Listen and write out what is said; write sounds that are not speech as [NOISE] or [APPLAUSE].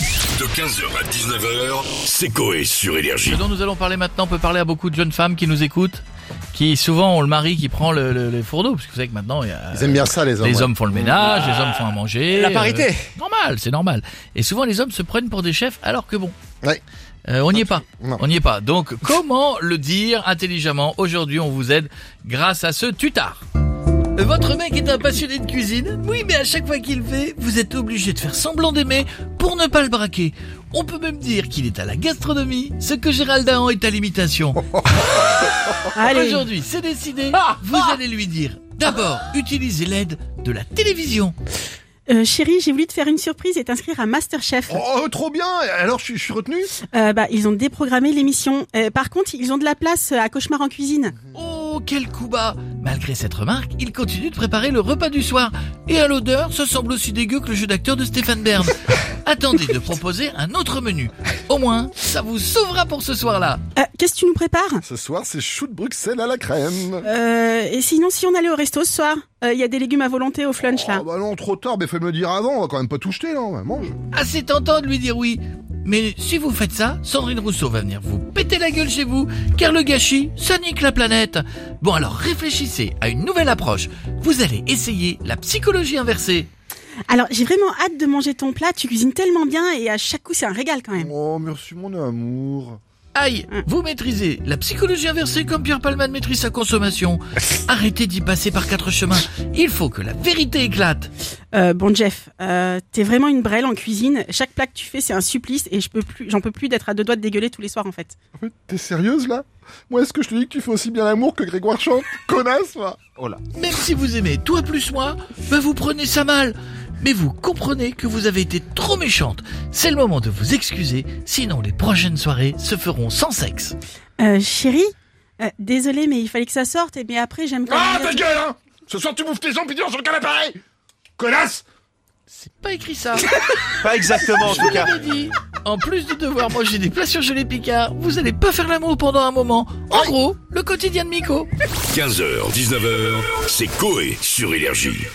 De 15h à 19h, c'est Coé sur Énergie. Ce dont nous allons parler maintenant on peut parler à beaucoup de jeunes femmes qui nous écoutent, qui souvent ont le mari qui prend le, le- les fourneaux, parce que vous savez que maintenant, il y a... Ils aiment bien ça, les hommes. les ouais. hommes font le ménage, les hommes font à manger. Ah. La parité. euh, normal, c'est normal. Et souvent, les hommes se prennent pour des chefs, alors que bon. Ouais. euh, on n'y est pas. Non. On n'y est pas. Donc, comment le dire intelligemment Aujourd'hui, on vous aide grâce à ce tutard. Votre mec est un passionné de cuisine. Oui, mais à chaque fois qu'il le fait, vous êtes obligé de faire semblant d'aimer pour ne pas le braquer. On peut même dire qu'il est à la gastronomie, ce que Gérald Dahan est à l'imitation. [LAUGHS] Allez, Aujourd'hui, c'est [LAUGHS] décidé. Vous allez lui dire d'abord, utilisez l'aide de la télévision. Euh, chérie, j'ai voulu te faire une surprise et t'inscrire à Masterchef. Oh, trop bien Alors, je, suis- je suis retenu Euh, bah, ils ont déprogrammé l'émission. Euh, par contre, ils ont de la place euh, à Cauchemar en cuisine. Oh, quel coup bas Malgré cette remarque, il continue de préparer le repas du soir. Et à l'odeur, ça semble aussi dégueu que le jeu d'acteur de Stéphane Bern. Attendez de proposer un autre menu. Au moins, ça vous sauvera pour ce soir-là. Euh, Qu'est-ce que tu nous prépares Ce soir, c'est chou de Bruxelles à la crème. euh, Et sinon, si on allait au resto ce soir, Euh, il y a des légumes à volonté au flunch là. Oh, bah non, trop tard, mais faut me le dire avant, on va quand même pas tout jeter, non Mange Assez tentant de lui dire oui. Mais si vous faites ça, Sandrine Rousseau va venir vous péter la gueule chez vous, car le gâchis, ça nique la planète. Bon alors réfléchissez à une nouvelle approche. Vous allez essayer la psychologie inversée. Alors, j'ai vraiment hâte de manger ton plat. Tu cuisines tellement bien et à chaque coup, c'est un régal quand même. Oh, merci mon amour. Aïe, vous maîtrisez la psychologie inversée comme Pierre Palman maîtrise sa consommation. Arrêtez d'y passer par quatre chemins. Il faut que la vérité éclate. Euh, bon Jeff, euh, t'es vraiment une brêle en cuisine. Chaque plat que tu fais, c'est un supplice et je peux plus, j'en peux plus d'être à deux doigts de dégueuler tous les soirs en fait. Mais T'es sérieuse, là Moi, est-ce que je te dis que tu fais aussi bien l'amour que Grégoire Chante Connasse, là Oh là. Même si vous aimez toi plus moi, ben vous prenez ça mal. Mais vous comprenez que vous avez été trop méchante. C'est le moment de vous excuser, sinon les prochaines soirées se feront sans sexe. Euh, chérie, euh, désolée, mais il fallait que ça sorte. Et mais après, j'aime quand Ah, même ta bien- gueule, hein Ce soir, tu bouffes tes jambes, puis tu dors sur le canapé Connasse C'est pas écrit ça. pas exactement en Je vous l'avais dit. En plus de devoir manger des plats surgelés Picard, vous allez pas faire l'amour pendant un moment. En gros, le quotidien de Miko. 15h, 19h, c'est Coé sur Énergie.